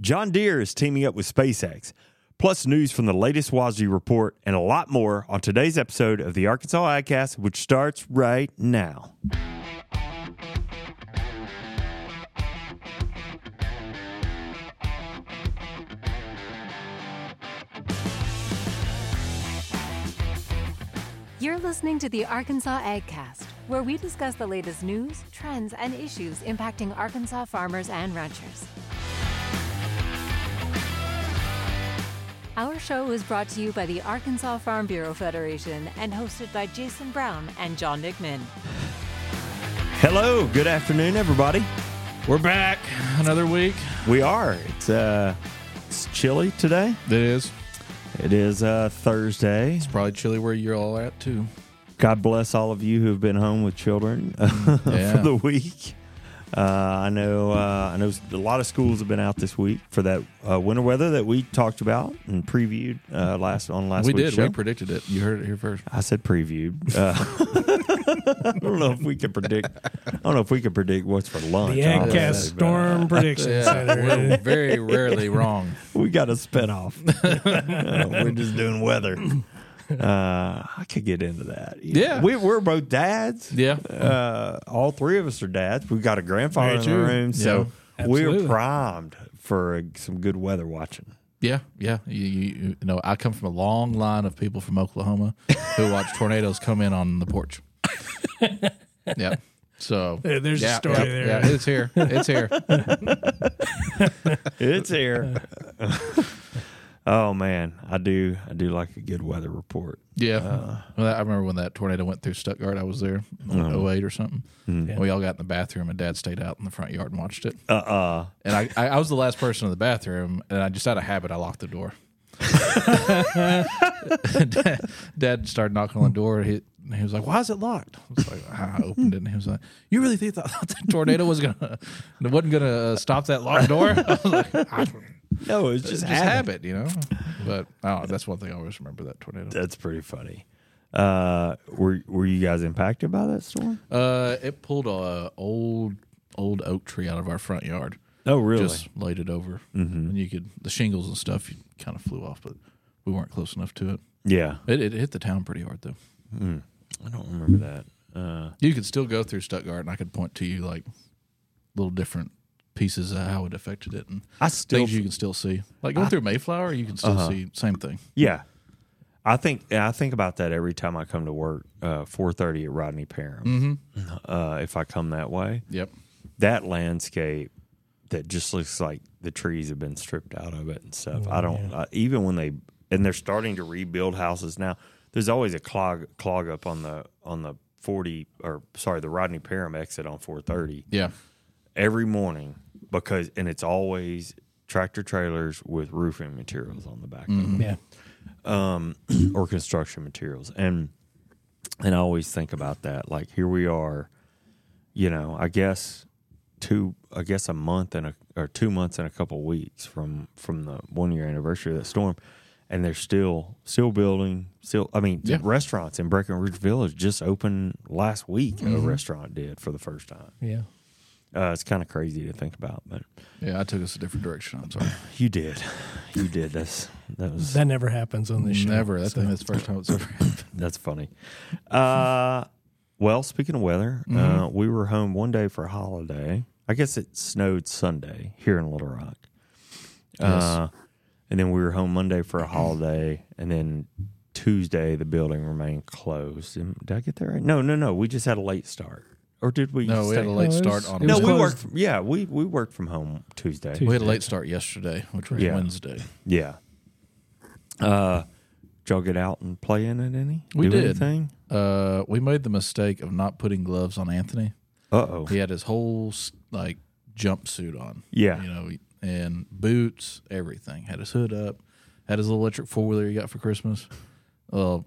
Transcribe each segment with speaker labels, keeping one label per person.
Speaker 1: John Deere is teaming up with SpaceX. Plus, news from the latest Wazoo report and a lot more on today's episode of the Arkansas ICAST, which starts right now.
Speaker 2: You're listening to the Arkansas AgCast, where we discuss the latest news, trends, and issues impacting Arkansas farmers and ranchers. Our show is brought to you by the Arkansas Farm Bureau Federation and hosted by Jason Brown and John Nickman.
Speaker 1: Hello, good afternoon, everybody.
Speaker 3: We're back another week.
Speaker 1: We are. It's uh, it's chilly today.
Speaker 3: It is.
Speaker 1: It is uh, Thursday.
Speaker 3: It's probably chilly where you're all at too.
Speaker 1: God bless all of you who have been home with children
Speaker 3: yeah.
Speaker 1: for the week. Uh, I know. Uh, I know a lot of schools have been out this week for that uh, winter weather that we talked about and previewed uh, last on last
Speaker 3: we
Speaker 1: week's
Speaker 3: did.
Speaker 1: show.
Speaker 3: We predicted it. You heard it here first.
Speaker 1: I said previewed. Uh, I don't know if we can predict. I don't know if we can predict what's for lunch.
Speaker 4: The
Speaker 1: honestly,
Speaker 4: AgCast
Speaker 1: but
Speaker 4: storm prediction
Speaker 3: we're
Speaker 4: center.
Speaker 3: very rarely wrong.
Speaker 1: We got a spinoff. uh, we're just doing weather. Uh, I could get into that.
Speaker 3: Yeah.
Speaker 1: we, we're both dads.
Speaker 3: Yeah.
Speaker 1: uh, all three of us are dads. We've got a grandfather
Speaker 3: Very
Speaker 1: in the
Speaker 3: true.
Speaker 1: room, so
Speaker 4: Yeah.
Speaker 1: we're
Speaker 4: Absolutely.
Speaker 1: primed for uh, some good weather watching.
Speaker 3: Yeah, yeah. You, you, you know, I come from a long line of people from Oklahoma who watch tornadoes come in on the porch. yeah. So
Speaker 4: There- there's a
Speaker 3: yeah,
Speaker 4: story
Speaker 3: yeah,
Speaker 4: there.
Speaker 3: Yeah, it's here. It's here.
Speaker 1: It's here. oh man, I do. I do like a good weather report.
Speaker 3: Yeah.
Speaker 1: Uh.
Speaker 3: well, I remember when that tornado went through Stuttgart. I was there in
Speaker 1: Oh.
Speaker 3: 08 or something.
Speaker 1: Hmm.
Speaker 3: And we all got in the bathroom, and Dad stayed out in the front yard and watched it.
Speaker 1: Uh uh
Speaker 3: And I, I, I was the last person in the bathroom, and I just out of habit, I locked the door. Dad, Dad started knocking on the door. He, and he was like, "Why is it locked?" I was like, "I opened it." And he was like, "You really think that, thought that tornado was gonna wasn't gonna uh, stop that locked door?" I was like, I,
Speaker 1: No, it's just,
Speaker 3: "Just
Speaker 1: habit.
Speaker 3: habit, you know." But oh, that's one thing I always remember that tornado.
Speaker 1: That's pretty funny. Uh, were were you guys impacted by that storm?
Speaker 3: Uh, it pulled a old old oak tree out of our front yard.
Speaker 1: Oh, really?
Speaker 3: just laid it over,
Speaker 1: Mm-hmm.
Speaker 3: and you could the shingles and stuff kind of flew off, but we weren't close enough to it.
Speaker 1: yeah, Mm.
Speaker 3: It, it hit the town pretty hard though.
Speaker 1: I don't remember that. Uh,
Speaker 3: You could still go through Stuttgart, and I could point to you like little different pieces of how it affected it, and
Speaker 1: I still Uh-huh.
Speaker 3: things you can still see. Like going through Mayflower, you can still see same thing.
Speaker 1: Yeah, I think I think about that every time I come to work. Uh, Four thirty at Rodney Parham. Uh, if I come that way,
Speaker 3: Yep.
Speaker 1: that landscape that just looks like the trees have been stripped out of it and stuff. I don't I, even when they and they're starting to rebuild houses now. There's always a clog clog up on the on the forty or sorry the Rodney Parham exit on four thirty
Speaker 3: Yeah.
Speaker 1: every morning because and it's always tractor trailers with roofing materials on the back of them Um,
Speaker 4: yeah.
Speaker 1: or construction materials and and I always think about that like here we are you know I guess two I guess a month and a or two months and a couple weeks from from the one year anniversary of that storm and they're still still building still I mean
Speaker 3: Yeah.
Speaker 1: restaurants in Breckenridge Village just opened last week a restaurant did for the first time
Speaker 4: Yeah.
Speaker 1: uh, it's kind of crazy to think about but
Speaker 3: Yeah, I took us a different direction. I'm sorry.
Speaker 1: you did you did this that was
Speaker 4: That never happens on this show.
Speaker 3: Never. That's, that's the first time it's ever happened.
Speaker 1: That's funny. Uh, well, speaking of weather, uh, we were home one day for a holiday. I guess it snowed Sunday here in Little Rock. Uh, and then we were home Monday for a holiday. And then Tuesday, the building remained closed. And did I get that right? No, no, no. We just had a late start. Or did we?
Speaker 3: No, we had
Speaker 1: stay-
Speaker 3: a late
Speaker 4: No, it was-
Speaker 3: start on.
Speaker 4: it
Speaker 1: No,
Speaker 4: was
Speaker 1: we
Speaker 4: closed.
Speaker 1: worked. Yeah, we, we worked from home Tuesday.
Speaker 3: we had a late start yesterday, which was
Speaker 1: Yeah.
Speaker 3: Wednesday.
Speaker 1: Yeah. Uh, did y'all get out and play in it any?
Speaker 3: We
Speaker 1: Do
Speaker 3: did.
Speaker 1: Anything?
Speaker 3: Uh, we made the mistake of not putting gloves on Anthony.
Speaker 1: Uh oh.
Speaker 3: He had his whole s- like jumpsuit on.
Speaker 1: Yeah.
Speaker 3: you know, and boots, everything. Had his hood up. Had his little electric four wheeler he got for Christmas. Well,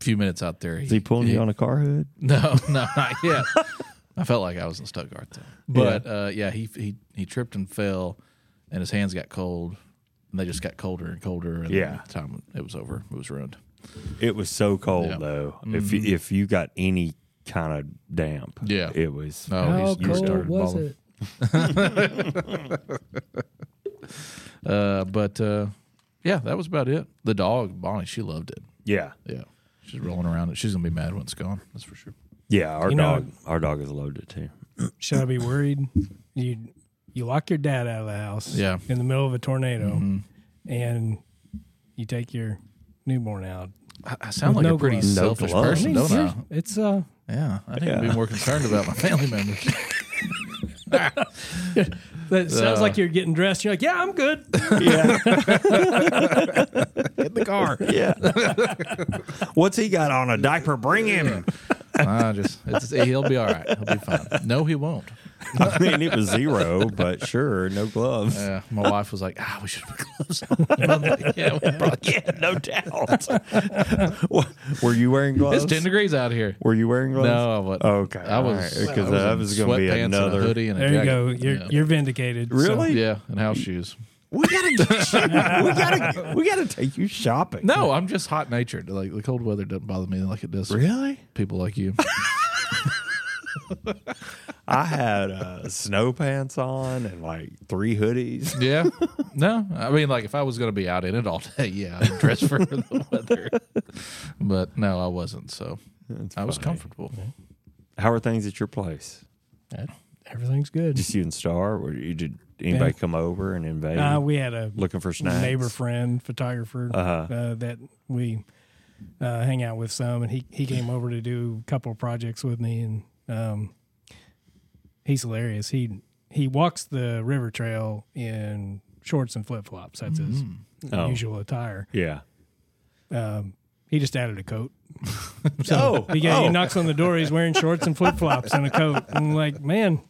Speaker 3: a few minutes out there,
Speaker 1: Is he pulling
Speaker 3: he-
Speaker 1: you on a car hood?
Speaker 3: No, no, not yet. I felt like I was in Stuttgart though. But yeah, uh, yeah he, he he tripped and fell, and his hands got cold, and they just got colder and colder. And
Speaker 1: Yeah.
Speaker 3: by the time it was over, it was ruined.
Speaker 1: It was so cold
Speaker 3: Yeah. Mm-hmm.
Speaker 1: though. If you, if you got any kind of damp,
Speaker 3: Yeah.
Speaker 1: it was.
Speaker 3: No,
Speaker 4: How
Speaker 3: he's- you
Speaker 4: cold
Speaker 3: started
Speaker 4: was
Speaker 3: balling.
Speaker 4: it?
Speaker 3: Uh, but uh, yeah, that was about it. The dog, Bonnie, she loved it.
Speaker 1: Yeah.
Speaker 3: Yeah. She's rolling around it. She's going to be mad when it's gone. That's for sure.
Speaker 1: Yeah. Our
Speaker 4: You know-
Speaker 1: dog our dog is loaded too.
Speaker 4: Should I be worried? You you lock your dad out of the house
Speaker 3: Yeah. Mm-hmm.
Speaker 4: in the middle of a tornado and you take your newborn out.
Speaker 3: I, I sound like
Speaker 4: With
Speaker 3: a
Speaker 4: no
Speaker 3: pretty
Speaker 4: gloves.
Speaker 1: No
Speaker 3: selfish
Speaker 1: gloves.
Speaker 3: Oh, person, don't I?
Speaker 4: seriously, It's uh
Speaker 3: Yeah. I think I'd
Speaker 1: Yeah.
Speaker 3: be more concerned about my family members.
Speaker 4: that sounds
Speaker 3: Uh,
Speaker 4: like you're getting dressed. You're like, yeah, I'm good.
Speaker 1: Yeah.
Speaker 4: Hit the car.
Speaker 1: yeah. What's he got on a diaper? Bring him.
Speaker 3: I just, it's, he'll be all right. He'll be fine. No, he won't.
Speaker 1: I mean, it was zero, but sure, no gloves.
Speaker 3: Yeah, Uh, my wife was like, "Ah, we should put gloves on." I'm like, yeah, we probably should."
Speaker 1: yeah, no doubt. Wha- Were you wearing gloves?
Speaker 3: it's ten degrees out here.
Speaker 1: Were you wearing gloves? Oh,
Speaker 3: No, I wasn't.
Speaker 1: Okay,
Speaker 3: I was
Speaker 1: all right, 'cause
Speaker 3: I
Speaker 1: that
Speaker 3: in
Speaker 1: was gonna be
Speaker 3: sweatpants and a
Speaker 1: another-
Speaker 3: hoodie and a
Speaker 4: There you
Speaker 3: jacket.
Speaker 4: go. You're
Speaker 3: yeah.
Speaker 4: you're vindicated. So,
Speaker 1: Really?
Speaker 3: yeah, and house shoes.
Speaker 1: We gotta get you. we gotta we gotta take you shopping.
Speaker 3: No, I'm just hot natured. Like the cold weather doesn't bother me like it does
Speaker 1: really.
Speaker 3: people like you.
Speaker 1: I had uh, snow pants on and like three hoodies.
Speaker 3: Yeah, no, I mean like if I was gonna be out in it all day, yeah, I'd dress for the weather. But no, I wasn't. So I was comfortable.
Speaker 1: How are things at your place?
Speaker 4: Everything's good.
Speaker 1: Just you and Star? Or you, did anybody come over and invade?
Speaker 4: Uh, we had a
Speaker 1: looking for snacks.
Speaker 4: neighbor friend photographer
Speaker 1: Uh-huh.
Speaker 4: uh, that we uh, hang out with some, and he he came over to do a couple of projects with me, and um, he's hilarious. He he walks the river trail in shorts and flip flops. That's
Speaker 3: Mm-hmm.
Speaker 4: his
Speaker 1: Oh.
Speaker 4: usual attire.
Speaker 1: Yeah.
Speaker 4: Um, he just added a coat.
Speaker 1: oh,
Speaker 4: He, got,
Speaker 1: oh.
Speaker 4: he knocks on the door. He's wearing shorts and flip flops and a coat. I'm like, man,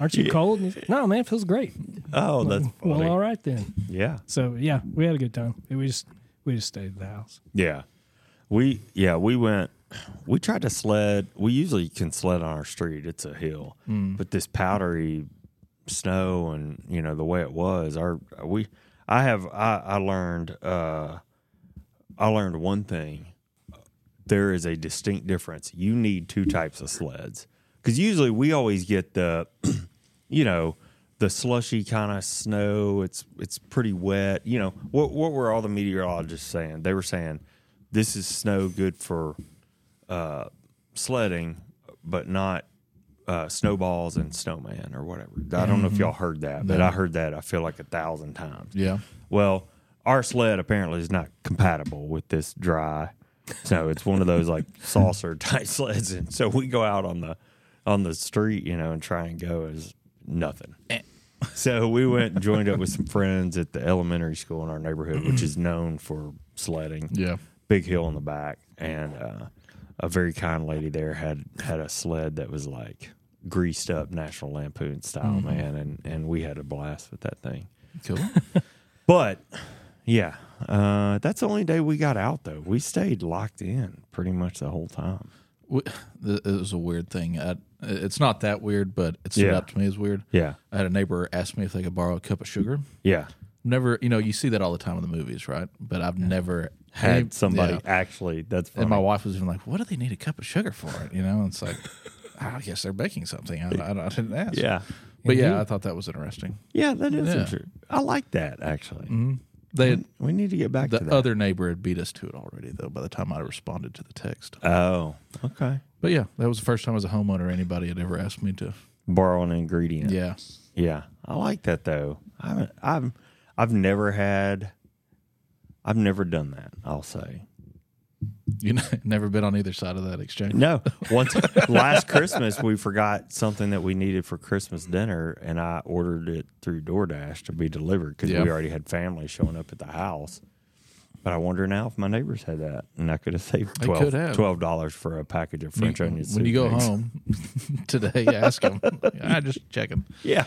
Speaker 4: aren't you cold? And he's like, no, man, it feels great.
Speaker 1: oh, that's funny.
Speaker 4: Well, all right then.
Speaker 1: Yeah.
Speaker 4: So yeah, we had a good time. We just we just stayed at the house.
Speaker 1: Yeah. We yeah, we went we tried to sled. We usually can sled on our street. It's a hill. But this powdery snow and you know the way it was, our we I have I I learned uh I learned one thing. There is a distinct difference. You need two types of sleds. Cuz usually we always get the you know, the slushy kind of snow. It's it's pretty wet. You know, what what were all the meteorologists saying? They were saying this is snow good for uh, sledding, but not uh, snowballs and snowman or whatever. I don't know if y'all heard that, but I heard that I feel like a thousand times.
Speaker 3: Yeah.
Speaker 1: Well, our sled apparently is not compatible with this dry snow. It's one of those like saucer type sleds, and so we go out on the on the street, you know, and try and go is nothing. So we went and joined up with some friends at the elementary school in our neighborhood, which is known for sledding.
Speaker 3: Yeah.
Speaker 1: big hill in the back, and uh, a very kind lady there had had a sled that was like greased up National Lampoon style, man, and and we had a blast with that thing.
Speaker 3: Cool.
Speaker 1: But yeah, uh, that's the only day we got out though. We stayed locked in pretty much the whole time.
Speaker 3: We- th- it was a weird thing. I, it's not that weird, but it stood
Speaker 1: Yeah.
Speaker 3: out to me as weird.
Speaker 1: Yeah,
Speaker 3: I had a neighbor ask me if they could borrow a cup of sugar.
Speaker 1: yeah.
Speaker 3: Never, you know, you see that all the time in the movies, right? But I've never
Speaker 1: Had
Speaker 3: any-
Speaker 1: somebody
Speaker 3: yeah.
Speaker 1: actually. That's funny.
Speaker 3: And my wife was even like, "What do they need a cup of sugar for?" You know, and it's like, I guess they're baking something. I, I, I didn't ask.
Speaker 1: Yeah,
Speaker 3: but yeah, I thought that was interesting.
Speaker 1: yeah. That is
Speaker 3: Yeah.
Speaker 1: true. I like that actually.
Speaker 3: They had,
Speaker 1: We need to get back
Speaker 3: the
Speaker 1: Mm-hmm. to that.
Speaker 3: other neighbor had beat us to it already, though. By the time I responded to the text,
Speaker 1: oh, okay.
Speaker 3: but yeah, that was the first time as a homeowner anybody had ever asked me to.
Speaker 1: Borrow an ingredient.
Speaker 3: Yeah,
Speaker 1: Yeah, I like that though. I, I've I've never had. I've never done that. I'll say
Speaker 3: you know, never been on either side of that exchange.
Speaker 1: no. Once last Christmas, we forgot something that we needed for Christmas dinner, and I ordered it through DoorDash to be delivered because
Speaker 3: Yeah.
Speaker 1: we already had family showing up at the house. But I wonder now if my neighbors had that, and I could have saved
Speaker 3: They could have.
Speaker 1: twelve dollars for a package of French
Speaker 3: You-
Speaker 1: onions.
Speaker 3: when you go home today, ask them. I just checking.
Speaker 1: Yeah.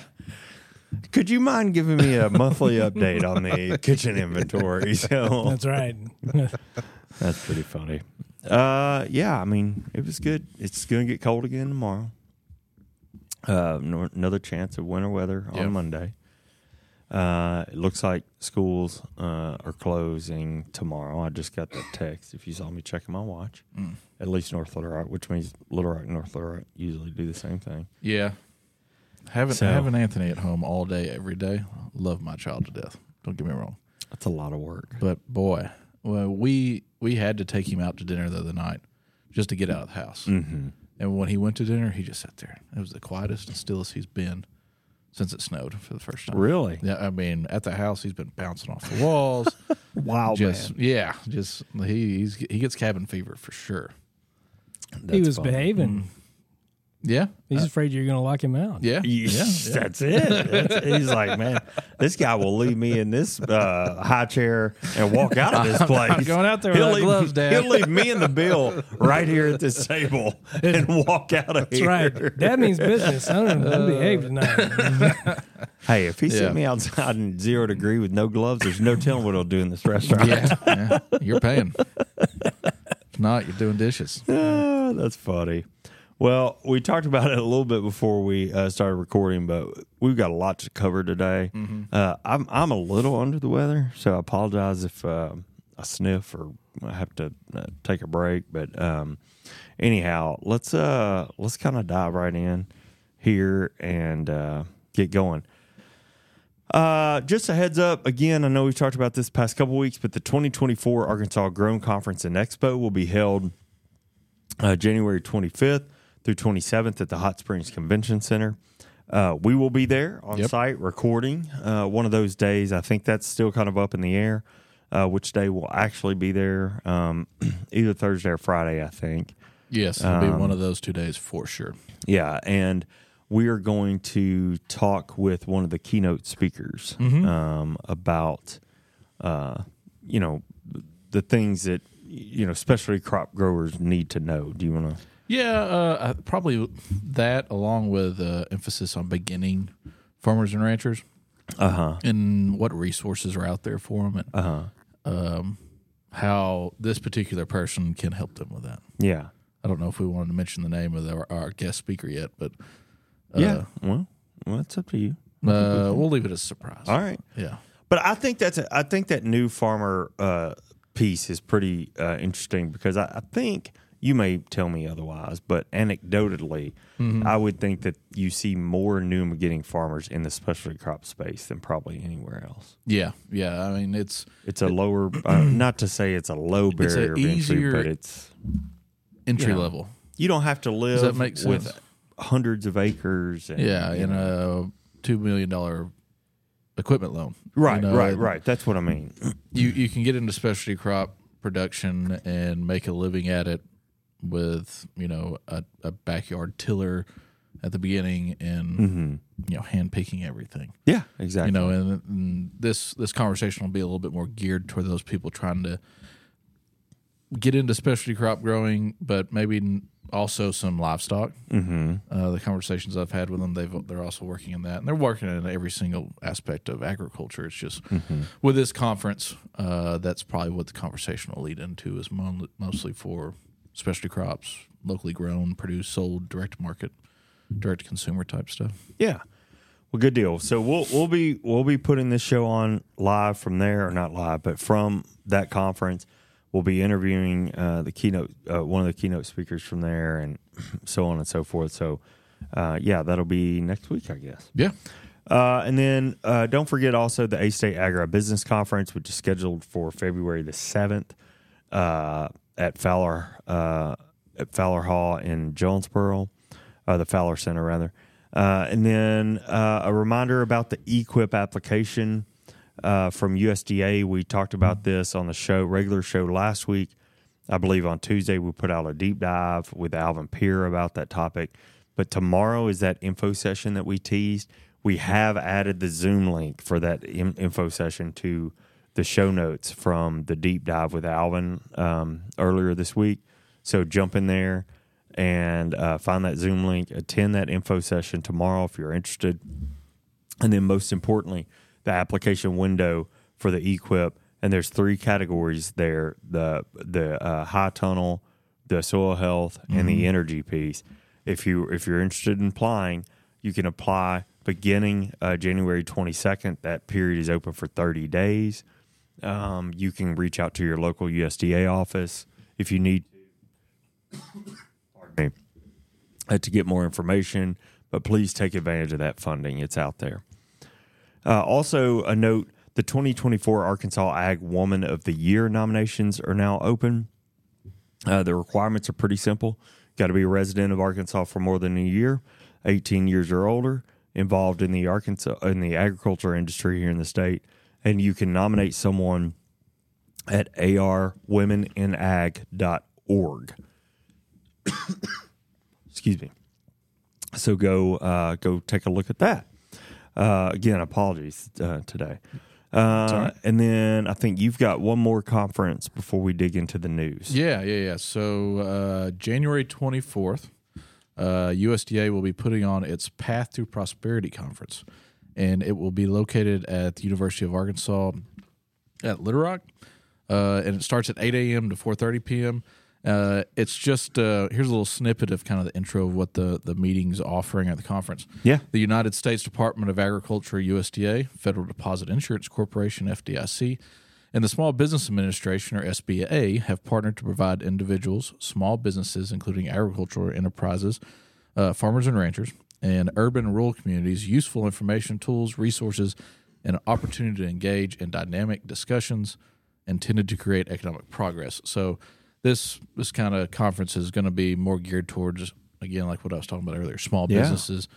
Speaker 1: Could you mind giving me a monthly update on the kitchen inventory? So
Speaker 4: That's right.
Speaker 1: Oh. That's pretty funny. Uh, yeah, I mean, it was good. It's going to get cold again tomorrow. Uh, nor- another chance of winter weather on
Speaker 3: Yeah.
Speaker 1: Monday. Uh, it looks like schools uh, are closing tomorrow. I just got that text. If you saw me checking my watch,
Speaker 3: Mm.
Speaker 1: at least North Little Rock, which means Little Rock, and North Little Rock usually do the same thing.
Speaker 3: Yeah, having
Speaker 1: So-
Speaker 3: having Anthony at home all day every day, love my child to death. Don't get me wrong,
Speaker 1: That's a lot of work.
Speaker 3: but boy, well, we we had to take him out to dinner the other night just to get out of the house. Mm-hmm. And when he went to dinner, he just sat there. It was the quietest and stillest he's been since it snowed for the first time.
Speaker 1: Really?
Speaker 3: Yeah, I mean, at the house, he's been bouncing off the walls.
Speaker 1: Wow,
Speaker 3: just yeah, just he he's, he gets cabin fever for sure. Mm.
Speaker 4: he was
Speaker 1: Mm-hmm.
Speaker 4: behaving.
Speaker 3: Yeah,
Speaker 4: He's afraid you're going to lock him out.
Speaker 3: Uh, yeah, yeah.
Speaker 1: That's it. That's- he's like, man, this guy will leave me in this uh, high chair and walk out of this place.
Speaker 3: going out there without
Speaker 1: leave,
Speaker 3: gloves, Dad.
Speaker 1: He'll leave me and the bill right here at this table and walk out of
Speaker 4: That's
Speaker 1: here.
Speaker 4: right. That means business. I don't, I behave tonight.
Speaker 1: Hey, if he
Speaker 3: Yeah.
Speaker 1: sent me outside in zero degree with no gloves, there's no telling what he'll do in this restaurant.
Speaker 3: yeah, yeah. You're paying. if not, you're doing dishes.
Speaker 1: Ah, that's funny. Well, we talked about it a little bit before we uh, started recording, but we've got a lot to cover today. Uh, I'm I'm a little under the weather, so I apologize if uh, I sniff or I have to uh, take a break. But um, anyhow, let's uh, let's kind of dive right in here and uh, get going. Uh, just a heads up again, I know we've talked about this past couple weeks, but the 2024 Arkansas Grown Conference and Expo will be held uh, January 25th through 27th at the Hot Springs Convention Center. Uh, we will be there on
Speaker 3: Yep.
Speaker 1: site recording uh, one of those days. I think that's still kind of up in the air, uh, which day we'll actually be there, um, either Thursday or Friday, I think.
Speaker 3: Yes, it'll be one of those two days for sure.
Speaker 1: Yeah, and we are going to talk with one of the keynote speakers um, about, uh, you know, the things that you know, especially crop growers need to know. Do you want to?
Speaker 3: Yeah, uh, uh, probably that along with uh, emphasis on beginning farmers and ranchers.
Speaker 1: Uh-huh.
Speaker 3: Uh huh. And what resources are out there for them, and uh-huh. um, how this particular person can help them with that.
Speaker 1: Yeah,
Speaker 3: I don't know if we wanted to mention the name of the, our guest speaker yet, but
Speaker 1: yeah. Well, well, it's up to you.
Speaker 3: uh, we'll leave it as a surprise.
Speaker 1: All right.
Speaker 3: Yeah.
Speaker 1: But I think that's a, I think that new farmer uh, piece is pretty uh, interesting because I, I think you may tell me otherwise, but anecdotally,
Speaker 3: Mm-hmm.
Speaker 1: I would think that you see more new beginning farmers in the specialty crop space than probably anywhere else.
Speaker 3: Yeah. Yeah. I mean, it's
Speaker 1: It's a lower, uh, not to say it's a low
Speaker 3: It's a
Speaker 1: barrier of entry,
Speaker 3: easier-
Speaker 1: but it's
Speaker 3: entry
Speaker 1: Yeah.
Speaker 3: level.
Speaker 1: you don't have to live
Speaker 3: that make sense?
Speaker 1: with hundreds of acres. And,
Speaker 3: Yeah. In a $2 million equipment loan. You
Speaker 1: right,
Speaker 3: know,
Speaker 1: right,
Speaker 3: and- uh,
Speaker 1: right. That's what I mean.
Speaker 3: you you can get into specialty crop production and make a living at it with you know a, a backyard tiller at the beginning and you know hand picking everything
Speaker 1: Yeah, exactly.
Speaker 3: you know and, and this this conversation will be a little bit more geared toward those people trying to get into specialty crop growing but maybe n- also some livestock mm-hmm. uh, the conversations i've had with them they've they're also working in that and they're working in every single aspect of agriculture it's just with this conference uh, that's probably what the conversation will lead into is mon- mostly for specialty crops locally grown produced sold direct to market direct to consumer type stuff
Speaker 1: Yeah. Well, good deal. So we'll we'll be we'll be putting this show on live from there, or not live, but from that conference. We'll be interviewing uh, the keynote, uh, one of the keynote speakers from there, and so on and so forth. So, uh, yeah, that'll be next week, I guess.
Speaker 3: yeah
Speaker 1: Uh, and then uh, don't forget also the A State Agribusiness Conference, which is scheduled for February the seventh uh, at Fowler uh, at Fowler Hall in Jonesboro, uh, the Fowler Center rather. Uh, and then uh, a reminder about the Equip application uh, from USDA. We talked about this on the show, regular show last week. I believe on Tuesday we put out a deep dive with Alvin Peer about that topic. But tomorrow is that info session that we teased. We have added the Zoom link for that in- info session to the show notes from the deep dive with Alvin um, earlier this week. So jump in there and uh, find that Zoom link. Attend that info session tomorrow if you're interested. And then most importantly, the application window for the equip. And there's three categories there: the the uh, high tunnel, the soil health, and the energy piece. If you if you're interested in applying, you can apply beginning uh, January 22nd. That period is open for 30 days. Um, you can reach out to your local USDA office if you need pardon me, uh, to get more information, but please take advantage of that funding. It's out there. Uh, also, a note The 2024 Arkansas Ag Woman of the Year nominations are now open. Uh, the requirements are pretty simple. Got to be a resident of Arkansas for more than a year, 18 years or older, involved in the Arkansas in the agriculture industry here in the state, and you can nominate someone at arwomeninag.org. Excuse me. So go uh, go take a look at that. Uh, again, apologies uh, today. Uh, and then I think you've got one more conference before we dig into the news.
Speaker 3: Yeah, yeah, yeah. So uh, January 24th, uh, USDA will be putting on its Path to Prosperity Conference, and it will be located at the University of Arkansas at Little Rock, uh, and it starts at 8 a.m. to 4:30 p.m. Uh, it's just uh, here's a little snippet of kind of the intro of what the the meeting's offering at the conference.
Speaker 1: Yeah.
Speaker 3: The United States Department of Agriculture, USDA, Federal Deposit Insurance Corporation, FDIC, and the Small Business Administration, or SBA, have partnered to provide individuals, small businesses, including agricultural enterprises, uh, farmers and ranchers, and urban and rural communities useful information, tools, resources, and an opportunity to engage in dynamic discussions intended to create economic progress. So this this kind of conference is going to be more geared towards again like what I was talking about earlier, small
Speaker 1: Yeah.
Speaker 3: businesses,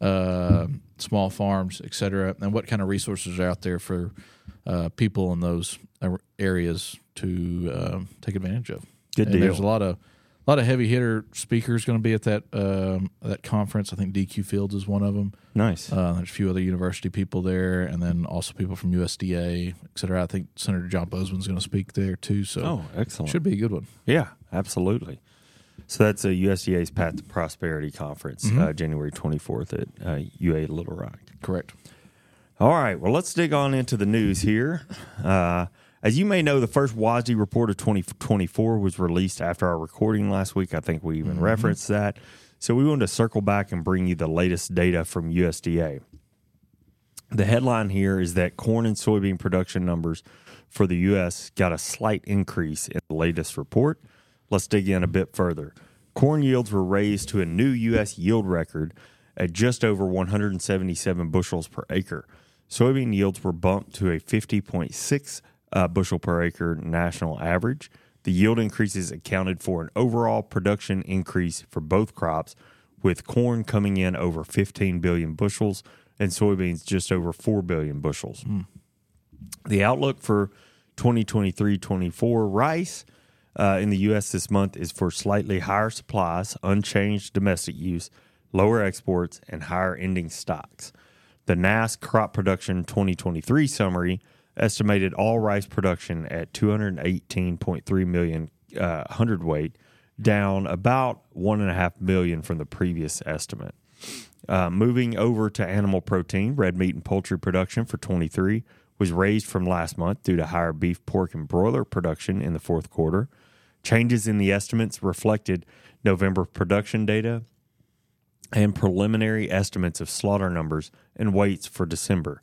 Speaker 3: uh, small farms, et cetera, and what kind of resources are out there for uh, people in those ar- areas to um take advantage of.
Speaker 1: Good
Speaker 3: And There's a
Speaker 1: deal.
Speaker 3: lot of a lot of heavy hitter speakers going to be at that um, that conference. I think DQ Fields is one of them.
Speaker 1: Nice.
Speaker 3: Uh, there's a few other university people there, and then also people from USDA, et cetera. I think Senator John Bozeman's going to speak there too. So
Speaker 1: oh, excellent.
Speaker 3: should be a good one.
Speaker 1: Yeah, absolutely. So that's uh, a USDA's Path to Prosperity conference,
Speaker 3: Mm-hmm.
Speaker 1: uh, January 24th at uh, UA Little Rock.
Speaker 3: Correct.
Speaker 1: All right, well, let's dig on into the news here. Uh, as you may know, the first WASDE report of 2024 was released after our recording last week. I think we even
Speaker 3: Mm-hmm.
Speaker 1: referenced that. So we wanted to circle back and bring you the latest data from USDA. The headline here is that corn and soybean production numbers for the U.S. got a slight increase in the latest report. Let's dig in a bit further. Corn yields were raised to a new U.S. yield record at just over 177 bushels per acre. Soybean yields were bumped to a 50.6 uh, bushel per acre national average. The yield increases accounted for an overall production increase for both crops, with corn coming in over 15 billion bushels and soybeans just over 4 billion bushels. The outlook for 2023 24 rice uh, in the U.S. this month is for slightly higher supplies, unchanged domestic use, lower exports, and higher ending stocks. The NAS crop production 2023 summary estimated all rice production at 218.3 million uh, hundredweight, down about 1.5 million from the previous estimate. Uh, moving over to animal protein, red meat and poultry production for 23 was raised from last month due to higher beef, pork, and broiler production in the fourth quarter. Changes in the estimates reflected November production data and preliminary estimates of slaughter numbers and weights for December.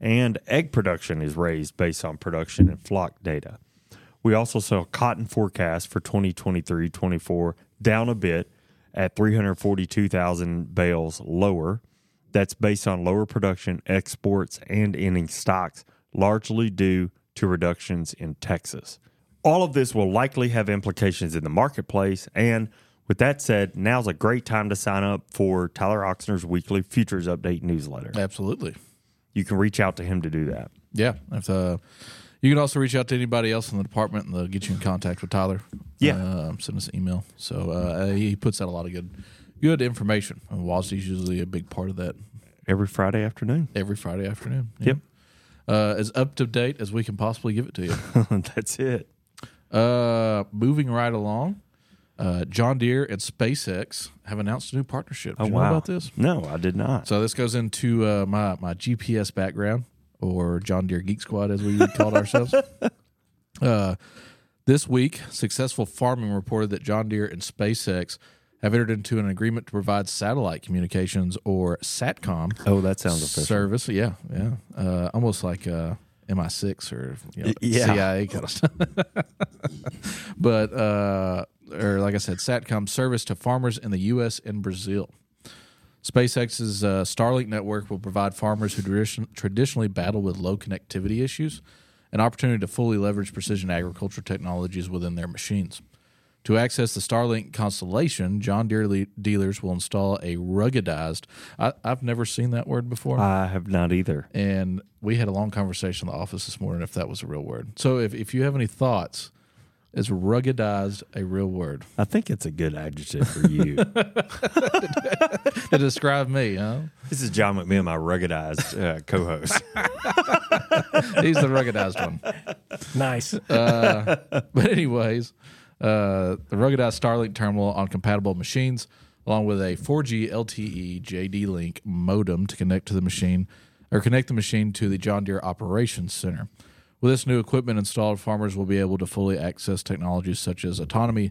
Speaker 1: And egg production is raised based on production and flock data. We also saw cotton forecast for 2023 24 down a bit at 342,000 bales lower. That's based on lower production, exports, and ending stocks, largely due to reductions in Texas. All of this will likely have implications in the marketplace. And with that said, now's a great time to sign up for Tyler Oxner's weekly futures update newsletter.
Speaker 3: Absolutely.
Speaker 1: You can reach out to him to do that.
Speaker 3: Yeah. If, uh, you can also reach out to anybody else in the department, and they'll get you in contact with Tyler.
Speaker 1: Yeah.
Speaker 3: Um, send us an email. So uh, he puts out a lot of good good information. And WASDE's usually a big part of that
Speaker 1: Every Friday afternoon.
Speaker 3: every Friday afternoon. Yeah.
Speaker 1: Yep.
Speaker 3: Uh, as up to date as we can possibly give it to you.
Speaker 1: That's it.
Speaker 3: Uh, moving right along, uh, John Deere and SpaceX have announced a new partnership. Did
Speaker 1: Oh,
Speaker 3: you know about this?
Speaker 1: No, I did not.
Speaker 3: So this goes into uh, my my GPS background, or John Deere Geek Squad, as we would call it ourselves. Uh, this week, Successful Farming reported that John Deere and SpaceX have entered into an agreement to provide satellite communications, or SATCOM,
Speaker 1: oh, that sounds official.
Speaker 3: service. Yeah, yeah, uh, almost like uh, MI6 or you know,
Speaker 1: Yeah.
Speaker 3: CIA kind of stuff. but uh, or like I said, Satcom service to farmers in the U.S. and Brazil. SpaceX's uh, Starlink network will provide farmers who tradition- traditionally battle with low connectivity issues an opportunity to fully leverage precision agriculture technologies within their machines. To access the Starlink constellation, John Deere le- dealers will install a ruggedized. I, I've never seen that word before
Speaker 1: I have not either.
Speaker 3: and we had a long conversation in the office this morning if that was a real word. So if, if you have any thoughts, is ruggedized a real word
Speaker 1: I think it's a good adjective for you.
Speaker 3: to describe me? Huh?
Speaker 1: this is John McMahon, my ruggedized uh, co-host.
Speaker 3: He's the ruggedized one.
Speaker 4: Nice.
Speaker 3: But anyways, uh, the ruggedized Starlink terminal on compatible machines, along with a 4G LTE JD E Link modem to connect to the machine or connect the machine to the John Deere Operations Center. With this new equipment installed, farmers will be able to fully access technologies such as autonomy,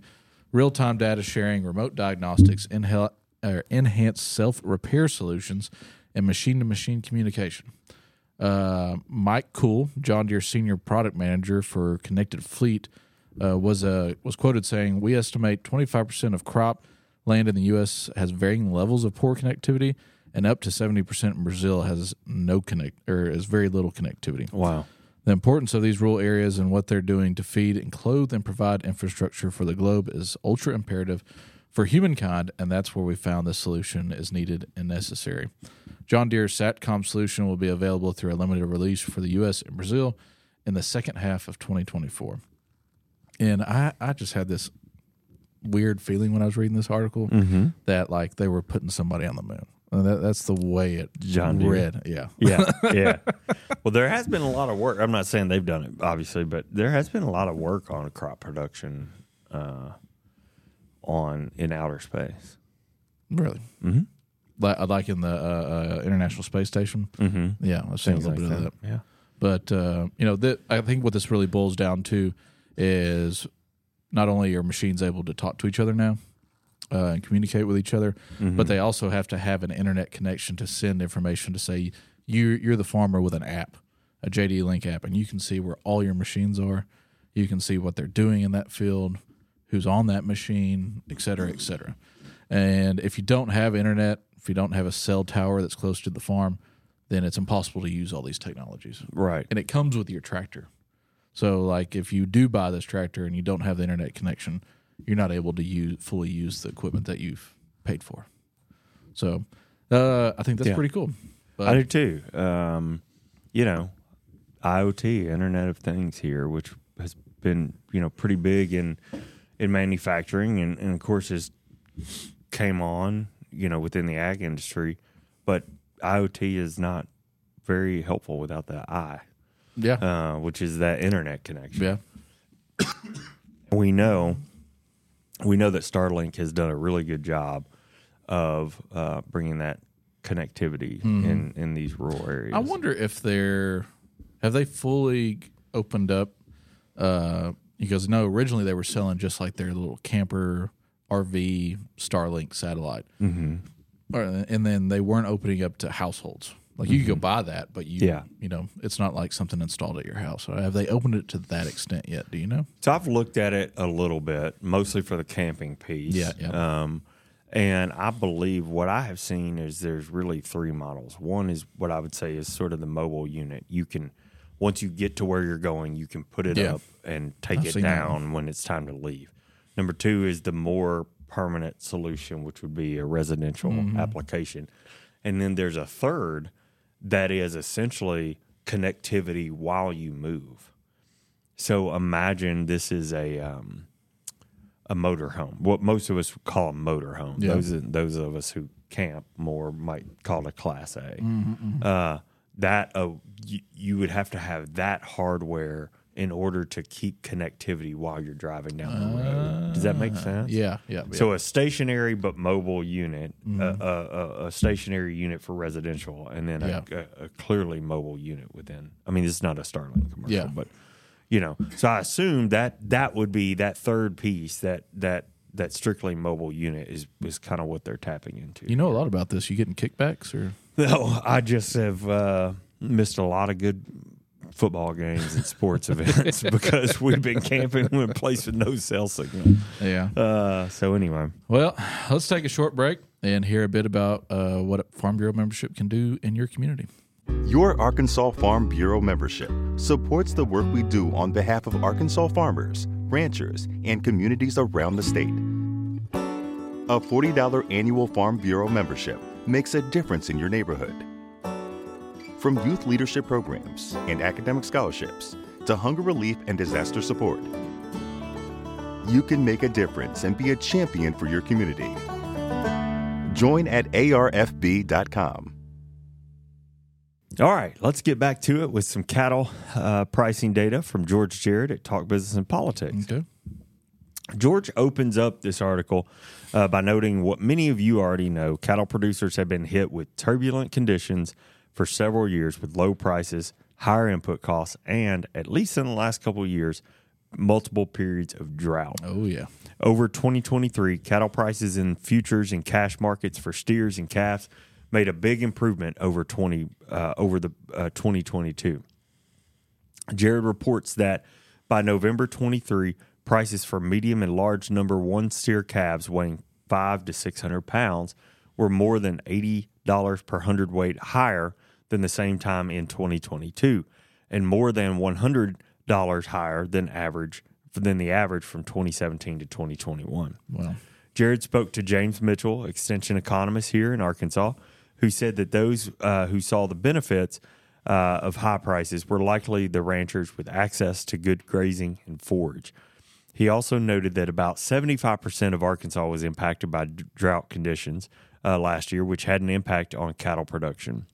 Speaker 3: real-time data sharing, remote diagnostics, inhel- or enhanced self-repair solutions, and machine-to-machine communication. Uh, Mike Cool, John Deere senior product manager for Connected Fleet, uh, was uh, was quoted saying, "We estimate 25% of crop land in the U.S. has varying levels of poor connectivity, and up to 70% in Brazil has no connect or is very little connectivity."
Speaker 1: wow.
Speaker 3: The importance of these rural areas and what they're doing to feed and clothe and provide infrastructure for the globe is ultra imperative for humankind, and that's where we found this solution is needed and necessary. John Deere's SATCOM solution will be available through a limited release for the U.S. and Brazil in the second half of 2024. And I, I just had this weird feeling when I was reading this article
Speaker 1: Mm. Mm-hmm.
Speaker 3: that like they were putting somebody on the moon. And that, that's the way it
Speaker 1: John Deere.
Speaker 3: read. Yeah.
Speaker 1: Yeah, yeah. well, there has been a lot of work. I'm not saying they've done it, obviously, but there has been a lot of work on crop production uh, on in outer space.
Speaker 3: Really? Mm-hmm. Like, like in the uh, uh, International Space Station. Mm-hmm. Yeah, I've seen a little bit of that.
Speaker 1: Yeah.
Speaker 3: But uh, you know, th- I think what this really boils down to is not only are machines able to talk to each other now uh, and communicate with each other,
Speaker 1: Mm-hmm.
Speaker 3: but they also have to have an internet connection to send information to say you you're the farmer with an app, a JD Link app, and you can see where all your machines are. You can see what they're doing in that field, who's on that machine, et cetera, et cetera. And if you don't have internet, if you don't have a cell tower that's close to the farm, then it's impossible to use all these technologies
Speaker 1: Right.
Speaker 3: and it comes with your tractor. So like if you do buy this tractor and you don't have the internet connection, you're not able to use fully use the equipment that you've paid for. So uh, I think that's
Speaker 1: Yeah.
Speaker 3: pretty cool. But
Speaker 1: I do too. Um, you know, IoT, Internet of Things here, which has been you know pretty big in in manufacturing, and, and of course has came on you know within the ag industry, but IoT is not very helpful without the I,
Speaker 3: yeah,
Speaker 1: uh, which is that internet connection.
Speaker 3: yeah,
Speaker 1: we know we know that Starlink has done a really good job of uh, bringing that connectivity in in these rural areas.
Speaker 3: Mm-hmm. I wonder if they're have they fully opened up? Uh, because no, originally they were selling just like their little camper RV Starlink satellite, mm-hmm. and then they weren't opening up to households. Like you could go buy that, but you
Speaker 1: Yeah.
Speaker 3: you know it's not like something installed at your house. Have they opened it to that extent yet? Do you know?
Speaker 1: So I've looked at it a little bit, mostly for the camping piece.
Speaker 3: Yeah, yeah.
Speaker 1: Um, and I believe what I have seen is there's really three models. One is what I would say is sort of the mobile unit. You can once you get to where you're going, you can put it
Speaker 3: Yeah.
Speaker 1: up and take
Speaker 3: I've
Speaker 1: it
Speaker 3: seen that
Speaker 1: down when it's time to leave. Number two is the more permanent solution, which would be a residential
Speaker 3: Mm-hmm.
Speaker 1: application. And then there's a third that is essentially connectivity while you move. So imagine this is a um, a motor home. What most of us would call a motor home.
Speaker 3: Yeah.
Speaker 1: Those those of us who camp more might call it a class A. Uh, that uh, you, you would have to have that hardware in order to keep connectivity while you're driving down the road. Does that make sense?
Speaker 3: Yeah, yeah. yeah. Mm-hmm.
Speaker 1: So a stationary but mobile unit, a, a, a- a stationary unit for residential, and then a, a, a clearly mobile unit within. I mean, this is not a Starlink commercial,
Speaker 3: Yeah.
Speaker 1: but you know. So I assume that that would be that third piece that that that strictly mobile unit is is kind of what they're tapping into.
Speaker 3: you know a lot about this. You getting kickbacks or
Speaker 1: No, I just have uh, missed a lot of good football games and sports events because we've been camping in a place with no cell signal.
Speaker 3: yeah?
Speaker 1: Uh, so anyway,
Speaker 3: Well, let's take a short break. and hear a bit about uh, what Farm Bureau membership can do in your community.
Speaker 5: Your Arkansas Farm Bureau membership supports the work we do on behalf of Arkansas farmers, ranchers, and communities around the state. A $40 annual Farm Bureau membership makes a difference in your neighborhood. From youth leadership programs and academic scholarships to hunger relief and disaster support, you can make a difference and be a champion for your community. Join at arfb.com.
Speaker 1: All right, let's get back to it with some cattle uh, pricing data from George Jarrett at Talk Business and Politics.
Speaker 3: Okay.
Speaker 1: George opens up this article uh, by noting what many of you already know cattle producers have been hit with turbulent conditions for several years with low prices, higher input costs, and, at least in the last couple of years, multiple periods of drought.
Speaker 3: Oh yeah.
Speaker 1: Over 2023, cattle prices in futures and cash markets for steers and calves made a big improvement over 20 uh, over the uh, 2022. Jared reports that by November 23, prices for medium and large number one steer calves weighing five to 600 pounds were more than $80 per hundredweight higher than the same time in 2022 and more than $100 higher than average than the average from 2017 to 2021.
Speaker 3: Well,
Speaker 1: Jared spoke to James Mitchell, extension economist here in Arkansas, who said that those uh, who saw the benefits uh, of high prices were likely the ranchers with access to good grazing and forage. He also noted that about 75% of Arkansas was impacted by d- drought conditions uh, last year, which had an impact on cattle production.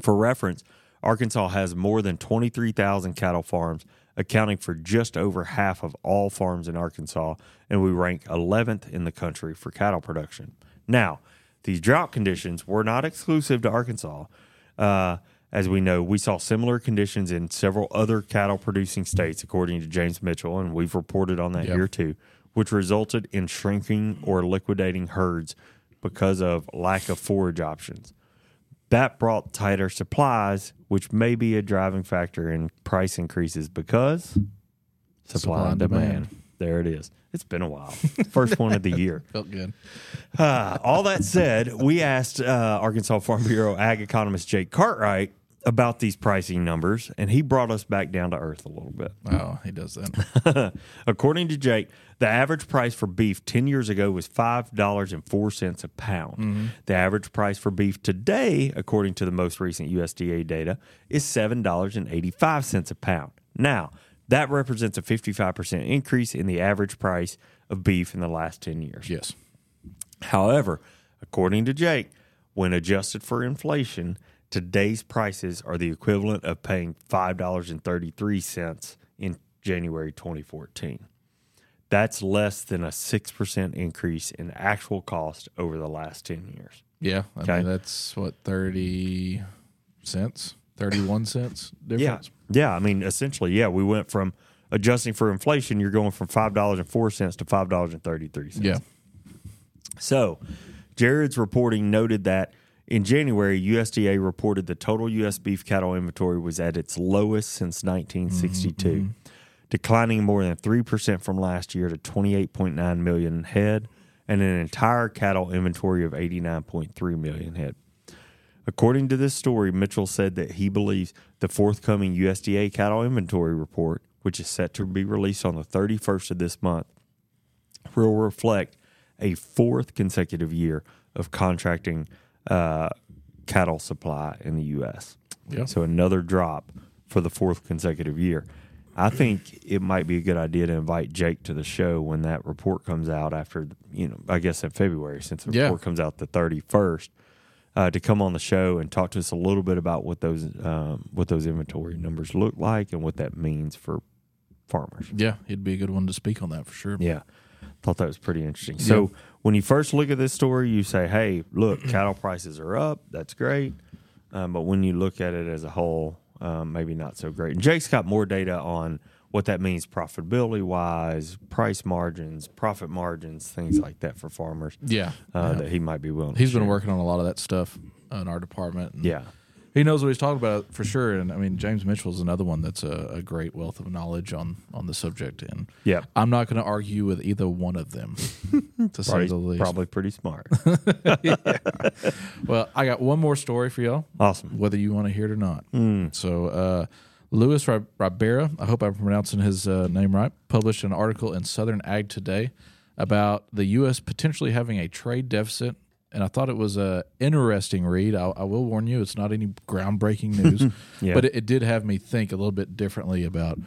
Speaker 1: For reference, Arkansas has more than 23,000 cattle farms, accounting for just over half of all farms in Arkansas, and we rank 11th in the country for cattle production. Now, these drought conditions were not exclusive to Arkansas. Uh, as we know, we saw similar conditions in several other cattle producing states, according to James Mitchell, and we've reported on that here too, which resulted in shrinking or liquidating herds because of lack of forage options. That brought tighter supplies, which may be a driving factor in price increases because supply,
Speaker 3: Supply
Speaker 1: and
Speaker 3: and
Speaker 1: demand.
Speaker 3: demand.
Speaker 1: There it is. It's been a while. First one of the year.
Speaker 3: felt good.
Speaker 1: Uh, all that said, we asked uh, Arkansas Farm Bureau ag economist Jake Cartwright about these pricing numbers, and he brought us back down to earth a little bit.
Speaker 3: Wow, he does that.
Speaker 1: According to Jake, the average price for beef 10 years ago was $5.04 a pound. The average price for beef today, according to the most recent USDA data, is $7.85 a pound. Now, that represents a 55% increase in the average price of beef in the last 10 years.
Speaker 3: yes.
Speaker 1: However, according to Jake, when adjusted for inflation, today's prices are the equivalent of paying $5.33 in January 2014. That's less than a 6% increase in actual cost over the last 10 years.
Speaker 3: Yeah. I
Speaker 1: Okay.
Speaker 3: mean, that's what thirty cents, thirty-one cents difference.
Speaker 1: Yeah. I mean, essentially, yeah, we went from adjusting for inflation, you're going from $5.04 to $5.33.
Speaker 3: Yeah.
Speaker 1: So, Jared's reporting noted that in January, USDA reported the total U.S. beef cattle inventory was at its lowest since 1962, declining more than 3% from last year to 28.9 million head and an entire cattle inventory of 89.3 million head. According to this story, Mitchell said that he believes the forthcoming USDA cattle inventory report, which is set to be released on the 31st of this month, will reflect a fourth consecutive year of contracting uh, cattle supply in the U.S.
Speaker 3: Yeah.
Speaker 1: So another drop for the fourth consecutive year. I think it might be a good idea to invite Jake to the show when that report comes out after, you know, I guess in February, since the
Speaker 3: Yeah.
Speaker 1: report comes out the 31st, uh, to come on the show and talk to us a little bit about what those um, what those inventory numbers look like and what that means for farmers.
Speaker 3: Yeah. He'd be a good one to speak on that for sure.
Speaker 1: Yeah. Thought that was pretty interesting. So when you first look at this story, you say, hey, look, cattle prices are up. That's great. Um, but when you look at it as a whole, um, maybe not so great. And Jake's got more data on what that means profitability wise, price margins, profit margins, things like that for farmers
Speaker 3: Yeah.
Speaker 1: uh, that he might be willing to
Speaker 3: He's
Speaker 1: share.
Speaker 3: been working on a lot of that stuff in our department. and
Speaker 1: Yeah.
Speaker 3: he knows what he's talking about for sure. And I mean, James Mitchell is another one that's a, a great wealth of knowledge on on the subject. And
Speaker 1: Yeah.
Speaker 3: I'm not going to argue with either one of them, to say
Speaker 1: Probably,
Speaker 3: the least.
Speaker 1: probably pretty smart.
Speaker 3: Well, I got one more story for y'all.
Speaker 1: Awesome. Hmm.
Speaker 3: whether you want to hear it or not. So, uh, Louis Ri- Ribera, I hope I'm pronouncing his uh, name right, published an article in Southern Ag Today about the U.S. potentially having a trade deficit. And I thought it was a interesting read. I, I will warn you, it's not any groundbreaking news,
Speaker 1: Yeah.
Speaker 3: but it, it did have me think a little bit differently about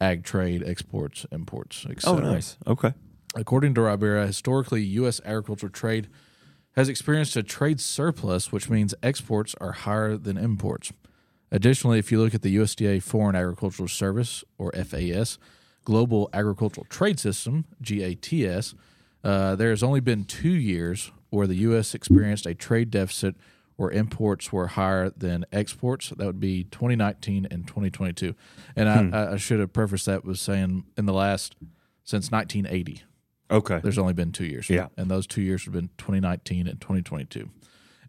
Speaker 3: ag trade, exports, imports,
Speaker 1: Oh,
Speaker 3: etc.
Speaker 1: nice. Okay.
Speaker 3: According to Ribera, historically, U.S. agricultural trade has experienced a trade surplus, which means exports are higher than imports. Additionally, if you look at the USDA Foreign Agricultural Service, or FAS, Global Agricultural Trade System, GATS, uh, there has only been two years where the U.S. experienced a trade deficit where imports were higher than exports. That would be 2019 and 2022. And I I, I should have prefaced that with saying in the last, since 1980.
Speaker 1: Okay.
Speaker 3: There's only been two years.
Speaker 1: Yeah.
Speaker 3: And those two years have been 2019 and 2022.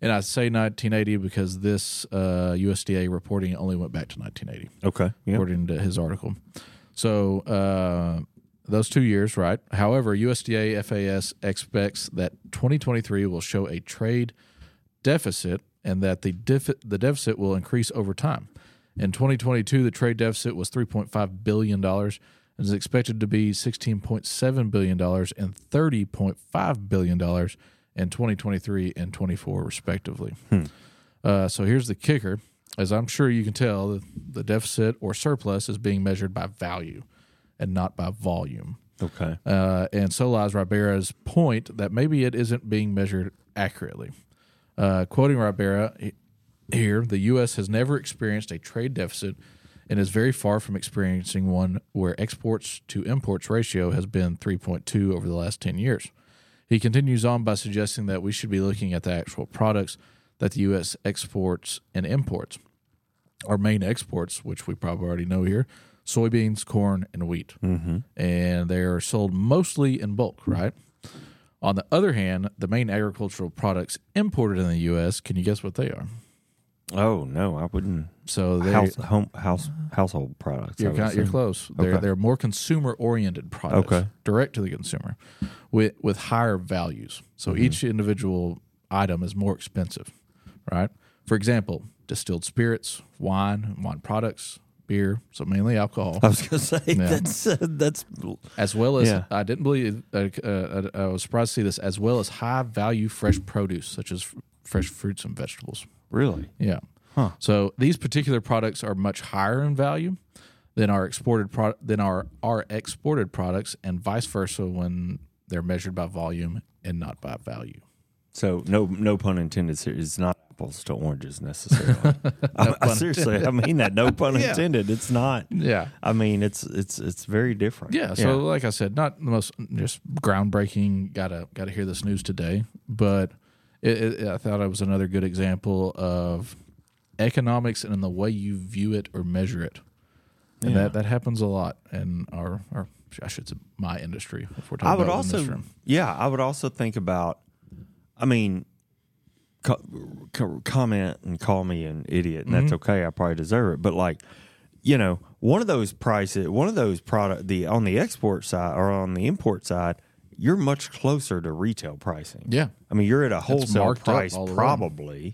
Speaker 3: And I say 1980 because this uh, USDA reporting only went back to 1980,
Speaker 1: Okay. Yeah.
Speaker 3: according to his article. So uh, those two years, right? However, USDA FAS expects that 2023 will show a trade deficit and that the def- the deficit will increase over time. In 2022, the trade deficit was 3.5 billion dollars and is expected to be 16.7 billion dollars and 30.5 billion dollars in 2023 and 24 respectively. Uh, so here's the kicker: as I'm sure you can tell, the, the deficit or surplus is being measured by value and not by volume.
Speaker 1: Okay.
Speaker 3: Uh, and so lies Ribera's point that maybe it isn't being measured accurately. Uh, quoting Ribera he- here, the U.S. has never experienced a trade deficit and is very far from experiencing one where exports to imports ratio has been 3.2 over the last 10 years. He continues on by suggesting that we should be looking at the actual products that the U.S. exports and imports our main exports, which we probably already know here, soybeans, corn, and wheat. Mm-hmm. And they are sold mostly in bulk,
Speaker 1: Hmm.
Speaker 3: right? On the other hand, the main agricultural products imported in the U.S. Can you guess what they are?
Speaker 1: Oh no, I wouldn't.
Speaker 3: So they,
Speaker 1: House, home, house, household products. I
Speaker 3: you're,
Speaker 1: would
Speaker 3: kind, you're
Speaker 1: assume.
Speaker 3: close. They're
Speaker 1: Okay.
Speaker 3: they're more consumer oriented products,
Speaker 1: Okay.
Speaker 3: direct to the consumer, with with higher values. So
Speaker 1: Mm-hmm.
Speaker 3: each individual item is more expensive, right? For example, distilled spirits, wine, wine products, beer, so mainly alcohol.
Speaker 1: I was gonna say that's uh, that's
Speaker 3: as well as
Speaker 1: Yeah.
Speaker 3: I didn't believe uh, uh, I was surprised to see this as well as high value fresh produce such as f- fresh fruits and vegetables.
Speaker 1: really
Speaker 3: Yeah.
Speaker 1: Huh.
Speaker 3: So these particular products are much higher in value than our exported pro- than our our exported products and vice versa when they're measured by volume and not by value.
Speaker 1: so. No, no pun intended. here. It's not apples to oranges necessarily. I, I- seriously, I mean that. No pun intended. It's not.
Speaker 3: Yeah.
Speaker 1: I mean, it's it's it's very different.
Speaker 3: Yeah. So, like I said, not the most just groundbreaking. Gotta gotta hear this news today, but it, it, I thought it was another good example of economics and in the way you view it or measure it, and that that happens a lot in our our I should say my industry. If we're talking
Speaker 1: I would
Speaker 3: about in this
Speaker 1: also,
Speaker 3: room.
Speaker 1: yeah, I would also think about. I mean, co- co- comment and call me an idiot, and that's
Speaker 3: Mm-hmm.
Speaker 1: okay. I probably deserve it, but like, you know, one of those prices, one of those product, the on the export side or on the import side, you're much closer to retail pricing.
Speaker 3: Yeah.
Speaker 1: I mean, you're at a wholesale
Speaker 3: marked up
Speaker 1: price
Speaker 3: all the way.
Speaker 1: probably,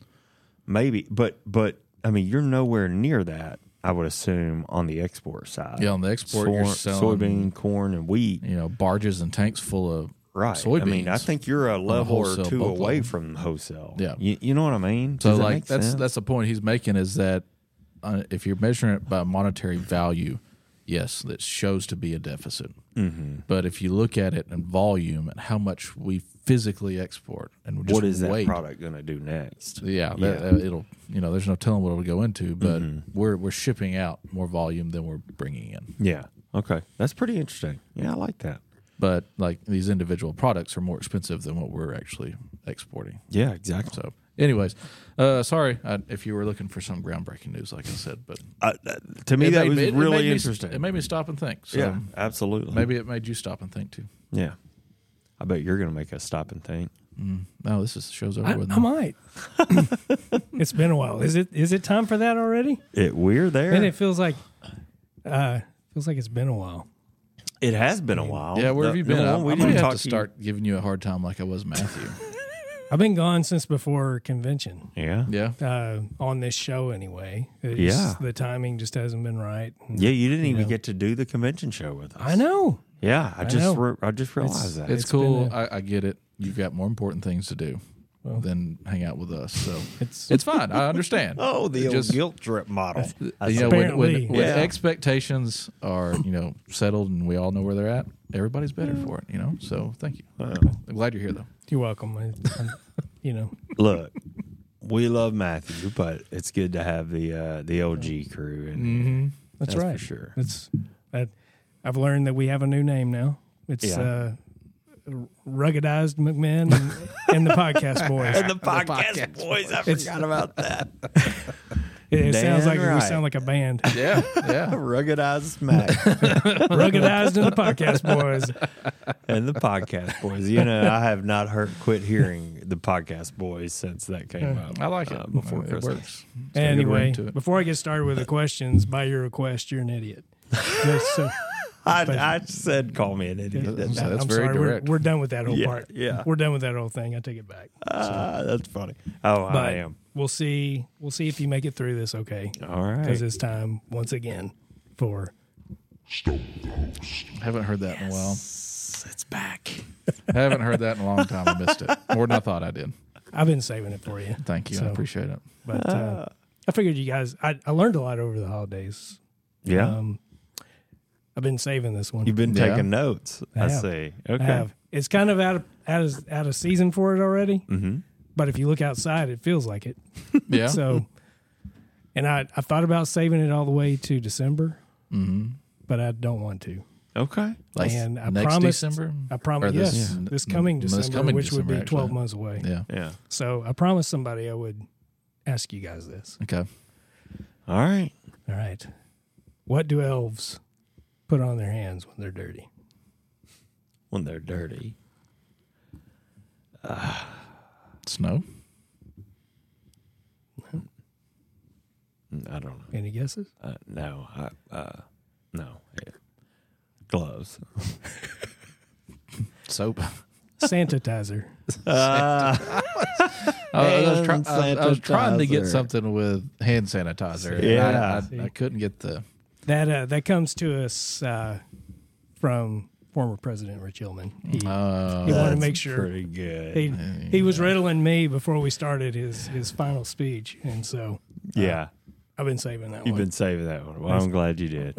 Speaker 1: maybe, but but I mean, you're nowhere near that. I would assume on the export side.
Speaker 3: Yeah, on the export, you're selling-
Speaker 1: soybean, corn, and wheat.
Speaker 3: you know barges and tanks full of
Speaker 1: Right.
Speaker 3: soybeans.
Speaker 1: I mean, I think you're a level or
Speaker 3: wholesale
Speaker 1: two
Speaker 3: bulk
Speaker 1: away
Speaker 3: level.
Speaker 1: from wholesale.
Speaker 3: Yeah.
Speaker 1: You, you know what I mean?
Speaker 3: So
Speaker 1: Does that
Speaker 3: like
Speaker 1: make
Speaker 3: that's
Speaker 1: sense?
Speaker 3: that's the point he's making is that uh, if you're measuring it by monetary value, yes, that shows to be a deficit. Mm-hmm. But if you look at it in volume and how much we physically export and just
Speaker 1: what is that
Speaker 3: weight,
Speaker 1: product going to do next?
Speaker 3: yeah, that, that it'll you know there's no telling what it'll go into, but
Speaker 1: Mm-hmm.
Speaker 3: we're we're shipping out more volume than we're bringing in.
Speaker 1: Yeah. Okay. That's pretty interesting. Yeah, I like that.
Speaker 3: But like these individual products are more expensive than what we're actually exporting.
Speaker 1: Yeah, exactly.
Speaker 3: So, anyways, uh, sorry uh, if you were looking for some groundbreaking news, like I said, but
Speaker 1: Uh, uh, to me, that
Speaker 3: made
Speaker 1: was
Speaker 3: me- it
Speaker 1: really
Speaker 3: made me-
Speaker 1: interesting.
Speaker 3: it made me stop and think. So
Speaker 1: yeah, absolutely.
Speaker 3: maybe it made you stop and think too.
Speaker 1: Yeah. I bet you're going to make us stop and think.
Speaker 3: No, this is show's over
Speaker 4: I,
Speaker 3: with.
Speaker 4: I
Speaker 3: now.
Speaker 4: might. it's been a while. Is it is it time for that already?
Speaker 1: It we're there.
Speaker 4: And it feels like uh feels like it's been a while.
Speaker 1: It has been a while.
Speaker 3: yeah, where
Speaker 1: The-
Speaker 3: have you
Speaker 1: the
Speaker 3: been? I,
Speaker 1: one
Speaker 3: we
Speaker 1: we
Speaker 3: I might
Speaker 1: didn't
Speaker 3: have
Speaker 1: talk
Speaker 3: to
Speaker 1: you-
Speaker 3: start giving you a hard time like I was Matthew.
Speaker 4: I've been gone since before convention.
Speaker 1: Yeah. yeah.
Speaker 3: yeah,
Speaker 4: Uh, on this show anyway. It's
Speaker 1: Yeah.
Speaker 4: just the timing just hasn't been right. And
Speaker 1: you didn't even get to do the convention show with us.
Speaker 4: I know.
Speaker 1: Yeah, I,
Speaker 4: know.
Speaker 1: just re- I just realized that.
Speaker 3: it's,
Speaker 4: It's been
Speaker 3: cool.
Speaker 4: a-
Speaker 3: I I get it. You've got more important things to do than hang out with us. So
Speaker 4: It's
Speaker 3: it's fine. I understand.
Speaker 1: oh, the
Speaker 3: It
Speaker 1: old
Speaker 3: just-
Speaker 1: guilt trip model.
Speaker 3: you know, when, when,
Speaker 4: Apparently.
Speaker 3: when
Speaker 1: Yeah.
Speaker 3: expectations are you know settled and we all know where they're at, everybody's better for it. You know, so thank you. I'm glad you're here though.
Speaker 4: you're welcome. I, I'm- you know.
Speaker 1: Look, we love Matthew, but it's good to have the uh, the OG crew. And
Speaker 4: That's,
Speaker 1: That's for
Speaker 4: right.
Speaker 1: sure.
Speaker 4: That's that. I've learned that we have a new name now. It's
Speaker 1: Yeah.
Speaker 4: uh, ruggedized McMahon and, and the podcast boys.
Speaker 1: the podcast, boys, I forgot about that.
Speaker 4: it it
Speaker 1: damn
Speaker 4: sounds like we
Speaker 1: right.
Speaker 4: sound like a band.
Speaker 3: Yeah, yeah.
Speaker 1: Ruggedized Mac
Speaker 4: ruggedized and the podcast boys.
Speaker 1: and the podcast boys. You know, I have not heard quit hearing the podcast boys since that came up.
Speaker 3: I like it.
Speaker 1: Uh, before
Speaker 3: it
Speaker 1: Christmas.
Speaker 3: works. It's got a good ring
Speaker 4: Anyway,
Speaker 3: to it.
Speaker 4: before I get started with the questions, by your request, you're an idiot. Just so-
Speaker 1: I, I said, call me an idiot. didn't I?
Speaker 3: So that's very
Speaker 4: we're-
Speaker 3: direct.
Speaker 4: We're, done with that whole
Speaker 1: Yeah,
Speaker 4: part.
Speaker 1: yeah.
Speaker 4: we're done with that whole thing. I take it back.
Speaker 1: Ah, that's funny. Oh, I
Speaker 4: But
Speaker 1: am.
Speaker 4: we'll see. We'll see if you make it through this. Okay.
Speaker 1: All right.
Speaker 4: because it's time once again for
Speaker 3: haven't heard that in a while.
Speaker 1: It's back.
Speaker 3: I haven't heard that in a long time. I missed it more than I thought I did.
Speaker 4: I've been saving it for you,
Speaker 3: Thank you. I
Speaker 4: So-
Speaker 3: appreciate it.
Speaker 4: but uh, I figured you guys. I, I learned a lot over the holidays.
Speaker 1: Yeah.
Speaker 4: Um, I've been saving this one.
Speaker 1: You've been
Speaker 3: Yeah.
Speaker 1: taking notes. I,
Speaker 4: I have.
Speaker 1: see.
Speaker 4: I
Speaker 1: Okay.
Speaker 4: have. It's kind of out of out of out of season for it already. Mm-hmm. But if you look outside, it feels like it.
Speaker 3: Yeah.
Speaker 4: So, and I I thought about saving it all the way to December, but I don't want to.
Speaker 1: Okay.
Speaker 3: Mm-hmm. Like
Speaker 4: and I
Speaker 3: next
Speaker 4: promised-
Speaker 3: December.
Speaker 4: I
Speaker 3: Or
Speaker 4: promise.
Speaker 3: this-
Speaker 4: Yes,
Speaker 3: Yeah.
Speaker 4: this coming
Speaker 3: This
Speaker 4: December,
Speaker 3: coming
Speaker 4: which would
Speaker 3: December,
Speaker 4: be twelve
Speaker 3: actually.
Speaker 4: months away.
Speaker 3: Yeah.
Speaker 1: Yeah.
Speaker 4: So I promised somebody I would ask you guys this.
Speaker 3: Okay.
Speaker 1: All right.
Speaker 4: All right. What do elves put on their hands when they're dirty?
Speaker 1: When they're dirty.
Speaker 3: Snow.
Speaker 1: I don't know.
Speaker 4: Any guesses?
Speaker 1: Uh, no. I, uh, no. Yeah. Gloves.
Speaker 3: Soap.
Speaker 4: Sanitizer.
Speaker 1: Uh,
Speaker 3: I, I was try-
Speaker 1: Hand
Speaker 3: I- I was trying to get
Speaker 1: sanitizer.
Speaker 3: something with hand sanitizer. and
Speaker 1: Yeah.
Speaker 3: I, I, I couldn't get the.
Speaker 4: That uh, that comes to us uh, from former President Rich Hillman. He,
Speaker 3: Uh,
Speaker 4: he wanted to
Speaker 1: Oh, That's
Speaker 4: make sure
Speaker 1: Pretty good.
Speaker 4: he, he was riddling me before we started his his final speech, and so
Speaker 1: yeah.
Speaker 4: I've been saving that
Speaker 1: You've
Speaker 4: one.
Speaker 1: been saving that one. Well, I'm glad you did.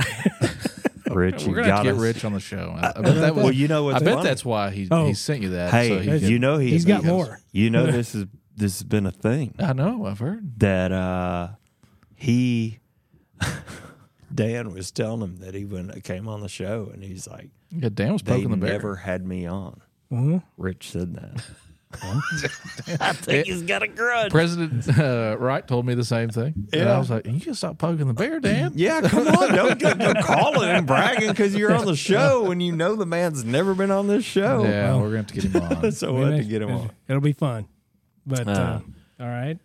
Speaker 1: Rich, you
Speaker 3: We're gonna have
Speaker 1: got
Speaker 3: to get
Speaker 1: us.
Speaker 3: Rich on the show. I, I bet that was,
Speaker 1: Well, you know
Speaker 3: I
Speaker 1: what's
Speaker 3: bet
Speaker 1: funny?
Speaker 3: that's why he
Speaker 4: Oh.
Speaker 3: he sent you that. so
Speaker 1: Hey,
Speaker 3: he could-
Speaker 1: you know he,
Speaker 4: He's got more.
Speaker 1: You know this is this has been a thing.
Speaker 3: I know. I've heard.
Speaker 1: that uh, he Dan was telling him that he when came on the show and he's like,
Speaker 3: Yeah, Dan was
Speaker 1: they
Speaker 3: poking the bear.
Speaker 1: never had me on.
Speaker 4: Mm-hmm.
Speaker 1: Rich said that. I think he's got a grudge.
Speaker 3: President uh, Wright told me the same thing. And I was like, you can stop poking the bear, Dan.
Speaker 1: Yeah, come on, don't go, go calling and bragging because you're on the show and you know the man's never been on this show.
Speaker 3: yeah, we're going to have to get him on.
Speaker 1: So we had to get him on.
Speaker 4: It'll be fun. But uh,
Speaker 1: Uh.
Speaker 4: all right.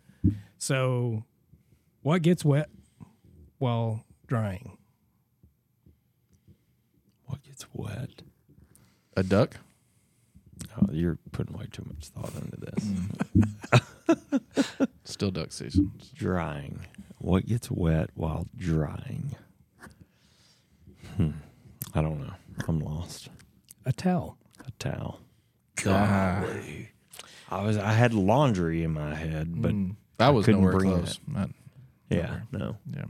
Speaker 4: So, what gets wet while drying?
Speaker 1: What gets wet?
Speaker 3: A duck?
Speaker 1: Oh, you're putting way too much thought into this.
Speaker 3: Still duck season.
Speaker 1: Drying. What gets wet while drying? Hmm. I don't know. I'm lost.
Speaker 4: A towel.
Speaker 1: A towel. Golly. I was I had laundry in my head,
Speaker 4: Mm.
Speaker 1: but
Speaker 3: Mm. I was
Speaker 1: couldn't
Speaker 3: nowhere
Speaker 1: bring
Speaker 3: close. Not-
Speaker 1: yeah, no.
Speaker 3: yeah.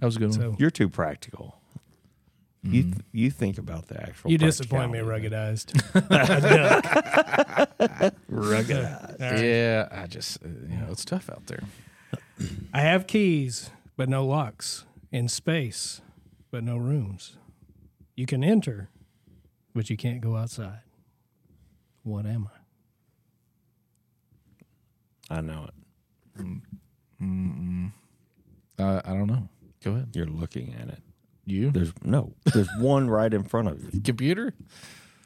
Speaker 3: That was a good one. Mm.
Speaker 4: So
Speaker 1: You're too practical. You th- you think about the actual.
Speaker 4: Mm-hmm. you disappoint me,
Speaker 1: practicality.
Speaker 4: ruggedized. Ruggedized.
Speaker 3: Yeah, I just, uh, you know, it's tough out there.
Speaker 4: I have keys, but no locks. In space, but no rooms. You can enter, but you can't go outside. What am I?
Speaker 1: I know it.
Speaker 3: Uh, I don't know. Go ahead.
Speaker 1: You're looking at it.
Speaker 3: You?
Speaker 1: There's no. There's one right in front of you.
Speaker 3: computer?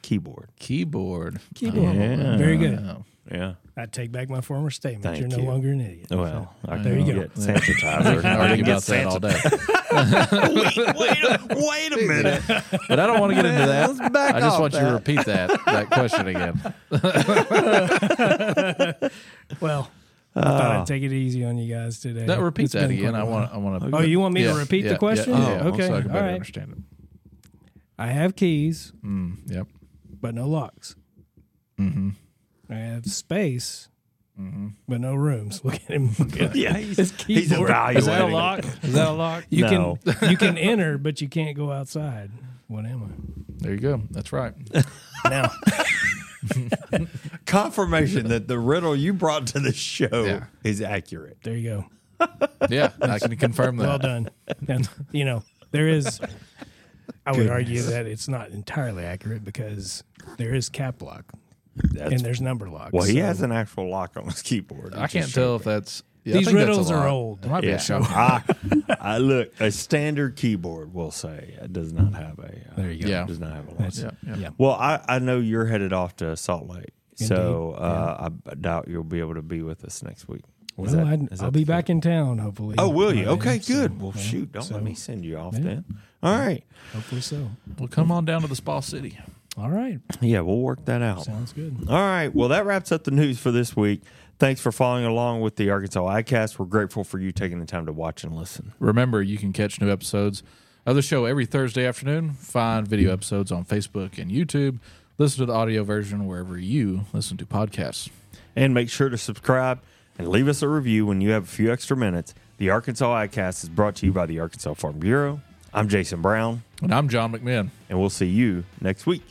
Speaker 1: Keyboard.
Speaker 3: Keyboard.
Speaker 4: Keyboard.
Speaker 1: Yeah.
Speaker 4: Very good.
Speaker 3: Oh.
Speaker 1: Yeah.
Speaker 4: I take back my former statement.
Speaker 1: Thank
Speaker 4: You're no
Speaker 1: you.
Speaker 4: longer an idiot.
Speaker 1: Well, I
Speaker 4: There
Speaker 1: can
Speaker 4: you go.
Speaker 1: get sanitizer.
Speaker 3: I
Speaker 1: I can
Speaker 3: argue
Speaker 1: get
Speaker 3: about that all
Speaker 1: sanitizer.
Speaker 3: day.
Speaker 1: Wait, wait, a- wait a minute.
Speaker 3: But I don't want to get into that.
Speaker 1: Let's back
Speaker 3: I just
Speaker 1: off
Speaker 3: want you
Speaker 1: that.
Speaker 3: to repeat that that question again.
Speaker 4: Well, I thought I'd take it easy on you guys today.
Speaker 3: Ah. That repeat
Speaker 4: It's
Speaker 3: that
Speaker 4: been
Speaker 3: again.
Speaker 4: quite a
Speaker 3: I
Speaker 4: while.
Speaker 3: want. I want to.
Speaker 4: Oh, you want me to repeat the question?
Speaker 3: Yeah, yeah,
Speaker 4: Oh,
Speaker 3: So I
Speaker 4: okay.
Speaker 3: can
Speaker 4: All
Speaker 3: better
Speaker 4: right.
Speaker 3: understand it.
Speaker 4: I have keys,
Speaker 3: Mm, yep.
Speaker 4: but no locks.
Speaker 3: Mm-hmm.
Speaker 4: I have space,
Speaker 3: Mm-hmm.
Speaker 4: but no rooms. Look at him. Look at
Speaker 1: Yeah, he's,
Speaker 4: his
Speaker 1: he's
Speaker 4: keyboard.
Speaker 1: evaluating.
Speaker 4: Is that a
Speaker 1: it.
Speaker 4: lock? Is that a lock? You
Speaker 1: No.
Speaker 4: can you can enter, but you can't go outside. What am
Speaker 3: There you go. That's right.
Speaker 4: I? Now
Speaker 1: Confirmation that the riddle you brought to the show
Speaker 3: Yeah.
Speaker 1: is accurate.
Speaker 4: there you go.
Speaker 3: Yeah, I can confirm that.
Speaker 4: Well done. And you know there is. I would argue that it's not entirely accurate because there is cap lock
Speaker 1: That's,
Speaker 4: and there's number lock.
Speaker 1: well, he
Speaker 4: so-
Speaker 1: has an actual lock on his keyboard.
Speaker 3: I can't tell if that's. Yeah, I
Speaker 4: These
Speaker 3: think that's a
Speaker 4: riddles are
Speaker 3: lot.
Speaker 4: old.
Speaker 3: It might be
Speaker 1: Yeah.
Speaker 3: a shock.
Speaker 1: I, I look a standard keyboard will say it does not have a. Uh, there you
Speaker 3: go. Yeah.
Speaker 1: Does not have a lock.
Speaker 3: Yeah, yeah.
Speaker 4: Yeah.
Speaker 1: Well, I, I know you're headed off to Salt Lake, so uh, I b- doubt you'll be able to be with us next week.
Speaker 4: Well,
Speaker 1: Is that-
Speaker 4: I'd,
Speaker 1: is
Speaker 4: I'll
Speaker 1: that
Speaker 4: be
Speaker 1: the-
Speaker 4: back in town hopefully.
Speaker 1: Oh, will
Speaker 4: by
Speaker 1: you?
Speaker 4: then,
Speaker 1: Okay,
Speaker 4: so,
Speaker 1: good. Well,
Speaker 4: yeah,
Speaker 1: shoot, don't
Speaker 4: so
Speaker 1: let me send you off
Speaker 4: Yeah.
Speaker 1: then. All right.
Speaker 4: Hopefully so.
Speaker 3: Well, come on down to the Spa City.
Speaker 4: All right,
Speaker 1: Yeah, we'll work that out.
Speaker 4: sounds good.
Speaker 1: All right. Well, that wraps up the news for this week. Thanks for following along with the Arkansas iCast. We're grateful for you taking the time to watch and listen.
Speaker 3: Remember, you can catch new episodes of the show every Thursday afternoon. Find video episodes on Facebook and YouTube. Listen to the audio version wherever you listen to podcasts.
Speaker 1: And make sure to subscribe and leave us a review when you have a few extra minutes. The Arkansas iCast is brought to you by the Arkansas Farm Bureau. I'm Jason Brown,
Speaker 3: And I'm John McMahon.
Speaker 1: and we'll see you next week.